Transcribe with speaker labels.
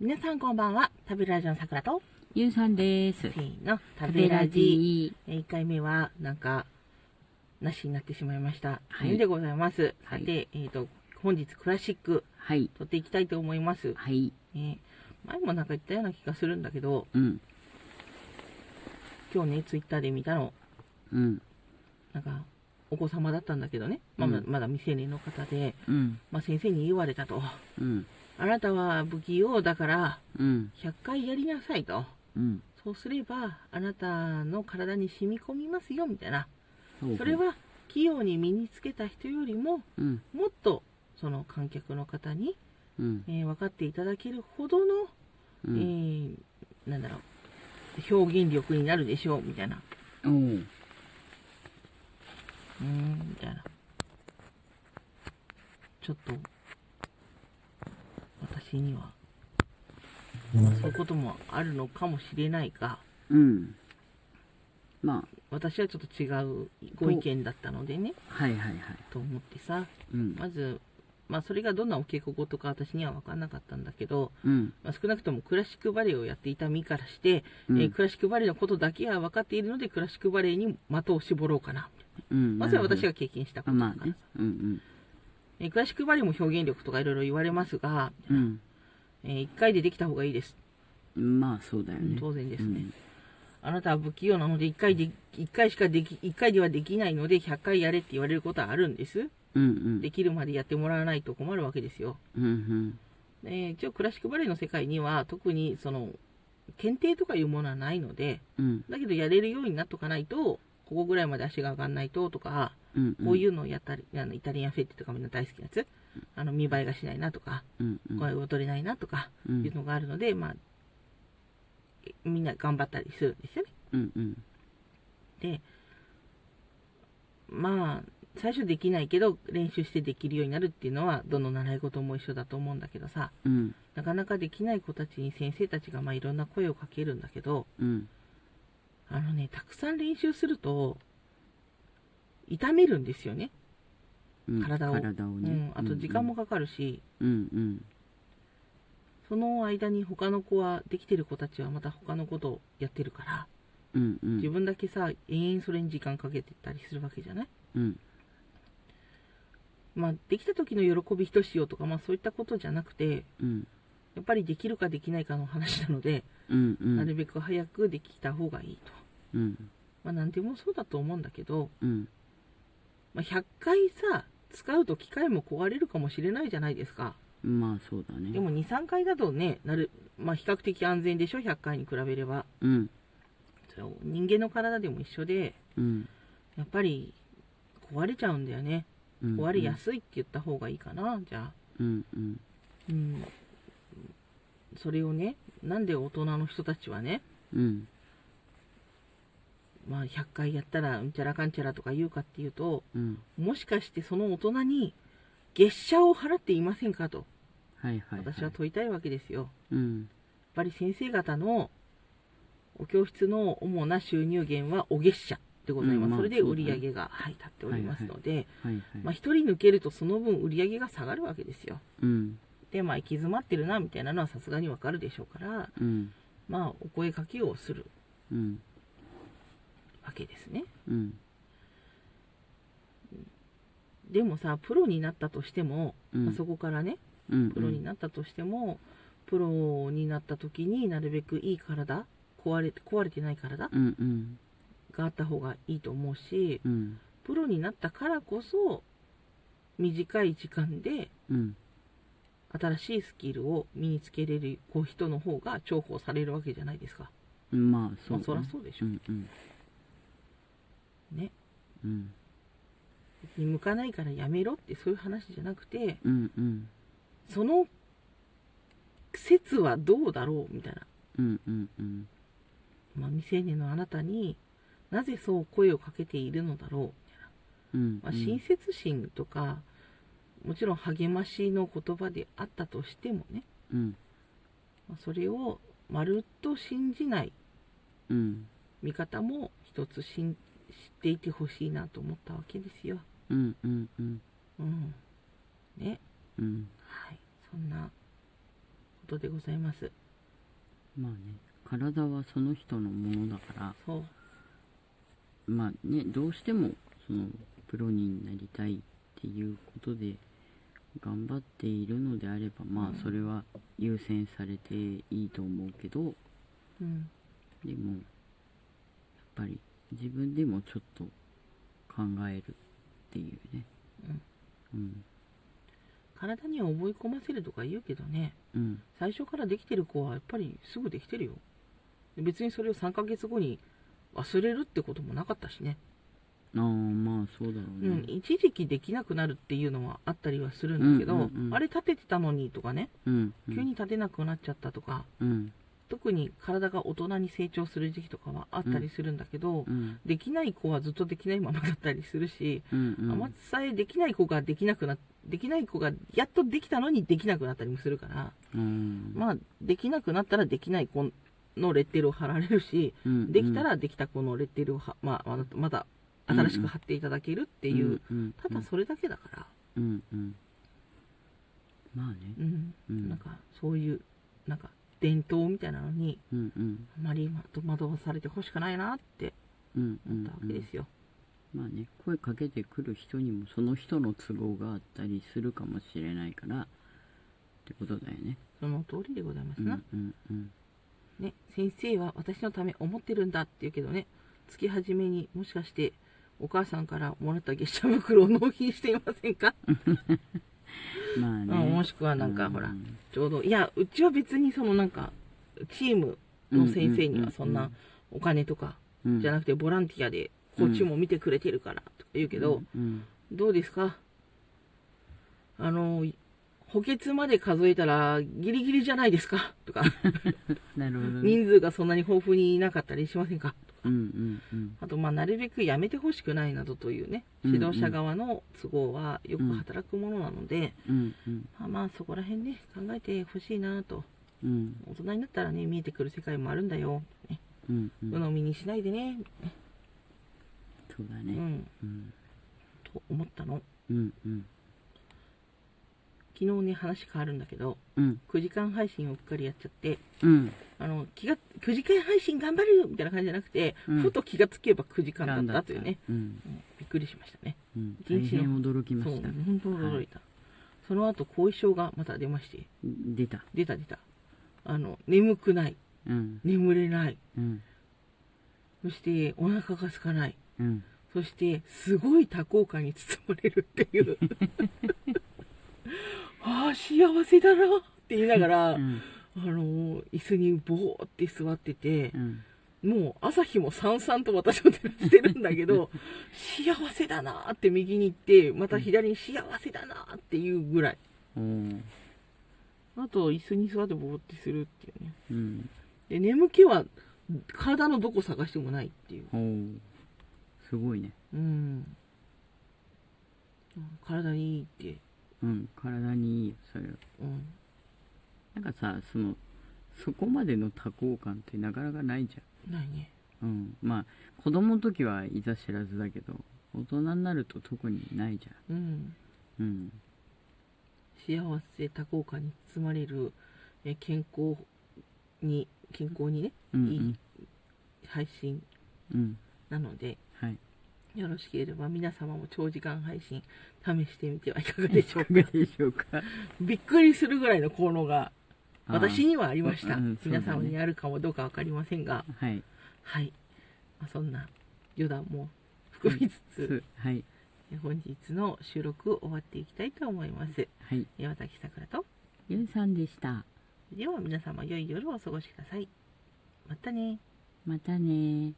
Speaker 1: 皆さんこんばんは。食べラジオのさくらと、
Speaker 2: ゆうさんです
Speaker 1: せ。ーの、食
Speaker 2: 食
Speaker 1: べ
Speaker 2: べ
Speaker 1: ラ
Speaker 2: ラ
Speaker 1: ジ。
Speaker 2: ジ
Speaker 1: えー一回目は、なんか、なしになってしまいました。
Speaker 2: はい
Speaker 1: でございます。
Speaker 2: はい
Speaker 1: さて、えっ、と、本日クラシック、
Speaker 2: はい。
Speaker 1: 撮っていきたいと思います。
Speaker 2: はい。
Speaker 1: ね前もなんか言ったような気がするんだけど、
Speaker 2: うん。
Speaker 1: 今日ね、ツイッターで見たの、
Speaker 2: うん。
Speaker 1: なんか、お子様だったんだけどね、まあまあ
Speaker 2: うん
Speaker 1: まだ未成年の方で、
Speaker 2: うん。
Speaker 1: まあ、先生に言われたと。
Speaker 2: うん。
Speaker 1: あなたは不器用だから、
Speaker 2: うん。
Speaker 1: 100回やりなさいと。
Speaker 2: うん。
Speaker 1: そうすれば、あなたの体に染み込みますよ、みたいな。
Speaker 2: ほうほう
Speaker 1: それ、は、器用に身につけた人よりも、
Speaker 2: うん。
Speaker 1: もっと、その観客の方に、
Speaker 2: うん。
Speaker 1: えー分かっていただけるほどの、
Speaker 2: う
Speaker 1: え
Speaker 2: ん。
Speaker 1: ーなんだろう、表現力になるでしょう、みたいな。
Speaker 2: おう
Speaker 1: うーん、みたいな。ちょっと、私には、そういうこともあるのかもしれないが、
Speaker 2: うん。まあ、
Speaker 1: 私はちょっと違うご意見だったのでね、
Speaker 2: はいはいはい。
Speaker 1: と思ってさ、
Speaker 2: うん。
Speaker 1: まず、まあ、それがどんなお稽古事か私には分からなかったんだけど、
Speaker 2: うん。
Speaker 1: まあ、少なくともクラシックバレエをやっていた身からして、
Speaker 2: うん
Speaker 1: えークラシックバレエのことだけは分かっているのでクラシックバレエに的を絞ろうかな
Speaker 2: うん。
Speaker 1: まずは私
Speaker 2: が、
Speaker 1: が経験したことだ
Speaker 2: ま
Speaker 1: か
Speaker 2: あ
Speaker 1: ら
Speaker 2: ね
Speaker 1: さ、。
Speaker 2: うん
Speaker 1: えークラシックバレエも表現力とかいろいろ言われますが、
Speaker 2: うん。
Speaker 1: え1回でできた方がいいです
Speaker 2: うん。まあ、そうだよね。
Speaker 1: 当然で
Speaker 2: です
Speaker 1: ね、。あなたは不器用なので1回で一回しかでき一回ではできないので100回やれって言われることはあるんです
Speaker 2: うんうん。
Speaker 1: できるまでやってもらわないと困るわけですよ
Speaker 2: うんうん。
Speaker 1: えー一応クラシックバレエの世界には特にその検定とかいうものはないので
Speaker 2: うん。
Speaker 1: だけどやれるようになっとかないとここぐらいまで足が上がんないととか
Speaker 2: うん。。
Speaker 1: こういううのをやったり、あのイタリアンフェッテとかみんな大好きなやつあの見栄えがしないなとか
Speaker 2: うんうん。
Speaker 1: 声を取れないなとか
Speaker 2: うん
Speaker 1: いうのがあるので、まあえみんな頑張ったりするんですよね。
Speaker 2: うんうん。
Speaker 1: でまあ最初できないけど練習してできるようになるっていうのはどの習い事も一緒だと思うんだけどさ、
Speaker 2: うん。
Speaker 1: なかなかできない子たちに先生たちがまあいろんな声をかけるんだけど、
Speaker 2: うん。
Speaker 1: あのね、たくさん練習すると、痛めるんですよね。
Speaker 2: うん
Speaker 1: 体を
Speaker 2: 体を
Speaker 1: う
Speaker 2: ね。
Speaker 1: ん。あと時間も。かかるし、
Speaker 2: うんうん。
Speaker 1: その間に他の子は、できてる子たちはまた他のことをやってるから、
Speaker 2: うんうん。
Speaker 1: 自分だけさ、延々それに時間かけてたりするわけじゃない
Speaker 2: うん。
Speaker 1: まあ、できた時の喜びひとしおとか、まあそういったことじゃなくて、
Speaker 2: うん。
Speaker 1: やっぱりできるかできないかの話なので、
Speaker 2: うんうん。
Speaker 1: なるべく早くできた方がいいと。
Speaker 2: うん。
Speaker 1: まあ何でもそうだと思うんだけど、
Speaker 2: うん。
Speaker 1: まあ、100回さ使うと機械も壊れるかもしれないじゃないですか
Speaker 2: まあそうだね。
Speaker 1: でも23回だとねなる、まあ、比較的安全でしょ100回に比べれば
Speaker 2: うん。
Speaker 1: それを人間の体でも一緒で
Speaker 2: うん。
Speaker 1: やっぱり壊れちゃうんだよね
Speaker 2: うん。
Speaker 1: 壊れやすいって言った方がいいかなじゃあ
Speaker 2: うんうん。
Speaker 1: うんそれをねなんで大人の人たちはね、
Speaker 2: うん。
Speaker 1: まあ、100回やったらうんちゃらかんちゃらとか言うかっていうと
Speaker 2: うん。
Speaker 1: もしかしてその大人に月謝を払っていませんかと
Speaker 2: はいはい、はい。
Speaker 1: 私は問いたいわけですよ、
Speaker 2: う
Speaker 1: やっ
Speaker 2: ん。
Speaker 1: ぱり先生方のお教室の主な収入源はお月謝でございます、
Speaker 2: うんまあ
Speaker 1: それで売り上げが、はい、立っておりますので、
Speaker 2: はいはい。
Speaker 1: まあ、1人抜けるとその分売り上げが下がるわけですよ
Speaker 2: うん。
Speaker 1: でまあ行き詰まってるなみたいなのはさすがにわかるでしょうから
Speaker 2: うん。
Speaker 1: まあお声かけをする
Speaker 2: うん。
Speaker 1: わけですね
Speaker 2: うん。
Speaker 1: でもさプロになったとしても、
Speaker 2: うん
Speaker 1: まあそこからね
Speaker 2: うん。
Speaker 1: プロになったとしても、プロになった時になるべくいい体壊れ壊れてない体
Speaker 2: うんうん。
Speaker 1: があった方がいいと思うし、
Speaker 2: うん。
Speaker 1: プロになったからこそ短い時間で
Speaker 2: うん。
Speaker 1: 新しいスキルを身につけれるこう人の方が重宝されるわけじゃないですか、
Speaker 2: うん。まあそ
Speaker 1: ま
Speaker 2: う、
Speaker 1: あ、
Speaker 2: ね。
Speaker 1: そりゃそうでし
Speaker 2: う
Speaker 1: ょ、
Speaker 2: んうん。
Speaker 1: ね
Speaker 2: うん。
Speaker 1: 別に向かないからやめろってそういう話じゃなくて
Speaker 2: うんうん。
Speaker 1: その説はどうだろうみたいな、
Speaker 2: うんうんうん。
Speaker 1: まあ、未成年のあなたになぜそう声をかけているのだろ
Speaker 2: うん。
Speaker 1: う、まあ、親切心とかもちろん励ましの言葉であったとしてもね、
Speaker 2: うん。
Speaker 1: まあそれをまるっと信じない
Speaker 2: うん。
Speaker 1: 見方も一つしん知っていてほしいなと思ったわけですよ。
Speaker 2: うんうんうん。
Speaker 1: うん。ね。
Speaker 2: うん。
Speaker 1: はい。そんなこことでございます。
Speaker 2: まあね体はその人のものだから
Speaker 1: そう。
Speaker 2: まあねどうしてもそのプロになりたいっていうことで頑張っているのであればまあそれは優先されていいと思うけど
Speaker 1: うん。
Speaker 2: でもやっぱり自分でもちょっと考えるっていうね
Speaker 1: うん
Speaker 2: うん
Speaker 1: 体には覚え込ませるとか言うけどね、
Speaker 2: うん
Speaker 1: 最初からできてる子はやっぱりすぐできてるよ。別にそれを3ヶ月後に忘れるってこともなかったしね。
Speaker 2: ああまあそうだろう
Speaker 1: うん、
Speaker 2: ね
Speaker 1: 一時期できなくなるっていうのはあったりはするんだけど、
Speaker 2: うんうんうん
Speaker 1: あれ立ててたのにとかね、
Speaker 2: うん
Speaker 1: 急に立てなくなっちゃったとか、
Speaker 2: うん
Speaker 1: 特に体が大人に成長する時期とかはあったりするんだけど、
Speaker 2: うん
Speaker 1: できない子はずっとできないままだったりするし、
Speaker 2: うんうん
Speaker 1: 甘さえできない子ができなくなできない子がやっとできたのにできなくなったりもするから、
Speaker 2: うん
Speaker 1: まあできなくなったらできない子のレッテルを貼られるし、
Speaker 2: うん
Speaker 1: できたらできた子のレッテルをは、まあ、まだまだ新しく貼っていただけるっていう、
Speaker 2: うんうん
Speaker 1: ただそれだけだから、
Speaker 2: うんうんまあね
Speaker 1: うん
Speaker 2: うん
Speaker 1: なんかそういうなんか伝統みたいなのに
Speaker 2: うんうん
Speaker 1: あまり惑わされてほしくないなって
Speaker 2: うんう
Speaker 1: 思っ
Speaker 2: ん
Speaker 1: たわけですよ。
Speaker 2: まあね声かけてくる人にもその人の都合があったりするかもしれないからってことだよね
Speaker 1: その通りでございます
Speaker 2: うんう
Speaker 1: な、
Speaker 2: んうん
Speaker 1: ね、先生は私のため思ってるんだって言うけどね月初めにもしかしてお母さんからもらった月謝袋を納品していませんか、
Speaker 2: まあ
Speaker 1: う
Speaker 2: ね
Speaker 1: ん、もしくはなんかほら、
Speaker 2: うん
Speaker 1: ちょうどいやうちは別にそのなんかチームの先生にはそん
Speaker 2: うんう
Speaker 1: なんお金とか
Speaker 2: うん
Speaker 1: じゃなくてボランティアでこっちも見てくれてるからとか言うけど、
Speaker 2: うん
Speaker 1: どうですかあの、補欠まで数えたらギリギリじゃないですかとか、
Speaker 2: なるほどね
Speaker 1: 人数がそんなに豊富にいなかったりしませんかとか
Speaker 2: うんうんうん
Speaker 1: あと、まあ、なるべくやめてほしくないなどというね、
Speaker 2: うん
Speaker 1: 指導者側の都合はよく働くものなので、
Speaker 2: うんうん
Speaker 1: まあまあ、そこら辺ね、考えてほしいなと。
Speaker 2: うん
Speaker 1: 大人になったらね、見えてくる世界もあるんだよ。ね、
Speaker 2: うんうん
Speaker 1: 鵜呑みにしないでね。
Speaker 2: そうだ
Speaker 1: う
Speaker 2: ね
Speaker 1: ん、
Speaker 2: うん
Speaker 1: と思ったの。
Speaker 2: うんうん
Speaker 1: 昨日ね、話変わるんだけど、
Speaker 2: うん
Speaker 1: 9時間配信をうっかりやっちゃって、
Speaker 2: うん
Speaker 1: あの気が9時間配信頑張るよみたいな感じじゃなくて、
Speaker 2: うん
Speaker 1: ふと気がつけば9時間だったというね、
Speaker 2: うん
Speaker 1: うんびっくりしましたね。
Speaker 2: うん
Speaker 1: 一日の
Speaker 2: 大変驚きま
Speaker 1: そう、
Speaker 2: した
Speaker 1: 本当驚いた。その後後遺症がまた出まして、
Speaker 2: 出た
Speaker 1: 出た出た。あの眠くない、
Speaker 2: うん
Speaker 1: 眠れない、
Speaker 2: うん
Speaker 1: そしてお腹が空かない、
Speaker 2: うん
Speaker 1: そしてすごい多幸感に包まれるって いう。ああ幸せだなって言いながら、
Speaker 2: うん
Speaker 1: あの椅子にボーって座ってて。
Speaker 2: うん
Speaker 1: もう朝日もさんさんと私を照らしてるんだけ ど幸せだなーって右に行ってまた左に幸せだなーっていうぐらい
Speaker 2: おー
Speaker 1: あと椅子に座ってぼーってするっていうね
Speaker 2: うん
Speaker 1: で眠気は体のどこ探してもないっていう
Speaker 2: おーすごいね
Speaker 1: うん体にいいって、
Speaker 2: うん体にいいよそれは
Speaker 1: うん、
Speaker 2: なんかさそのそこまでの多幸感ってなかなかないじ
Speaker 1: ないね
Speaker 2: ゃんうんまあ子供の時はいざ知らずだけど大人になると特にないじ
Speaker 1: うん
Speaker 2: ゃんうん
Speaker 1: 幸せ多幸感に包まれるえ健康に健康にね
Speaker 2: うん
Speaker 1: いい配信
Speaker 2: うんうん
Speaker 1: なので
Speaker 2: はい
Speaker 1: よろしければ皆様も長時間配信試してみてはいかがで しょうか。
Speaker 2: いかがでしょうか
Speaker 1: びっくりするぐらいの効能が
Speaker 2: あー
Speaker 1: 私にはありました。
Speaker 2: うんそう
Speaker 1: 皆
Speaker 2: だね
Speaker 1: 様にあるかもどうかわかりませんが、
Speaker 2: はい
Speaker 1: はい。まあ、そんな余談も含みつつ、
Speaker 2: すはい
Speaker 1: 本日の収録を終わっていきたいと思います。
Speaker 2: はい
Speaker 1: 岩崎さくらと、
Speaker 2: ゆうさんでした
Speaker 1: では皆様良い夜をお過ごしください。またね
Speaker 2: またね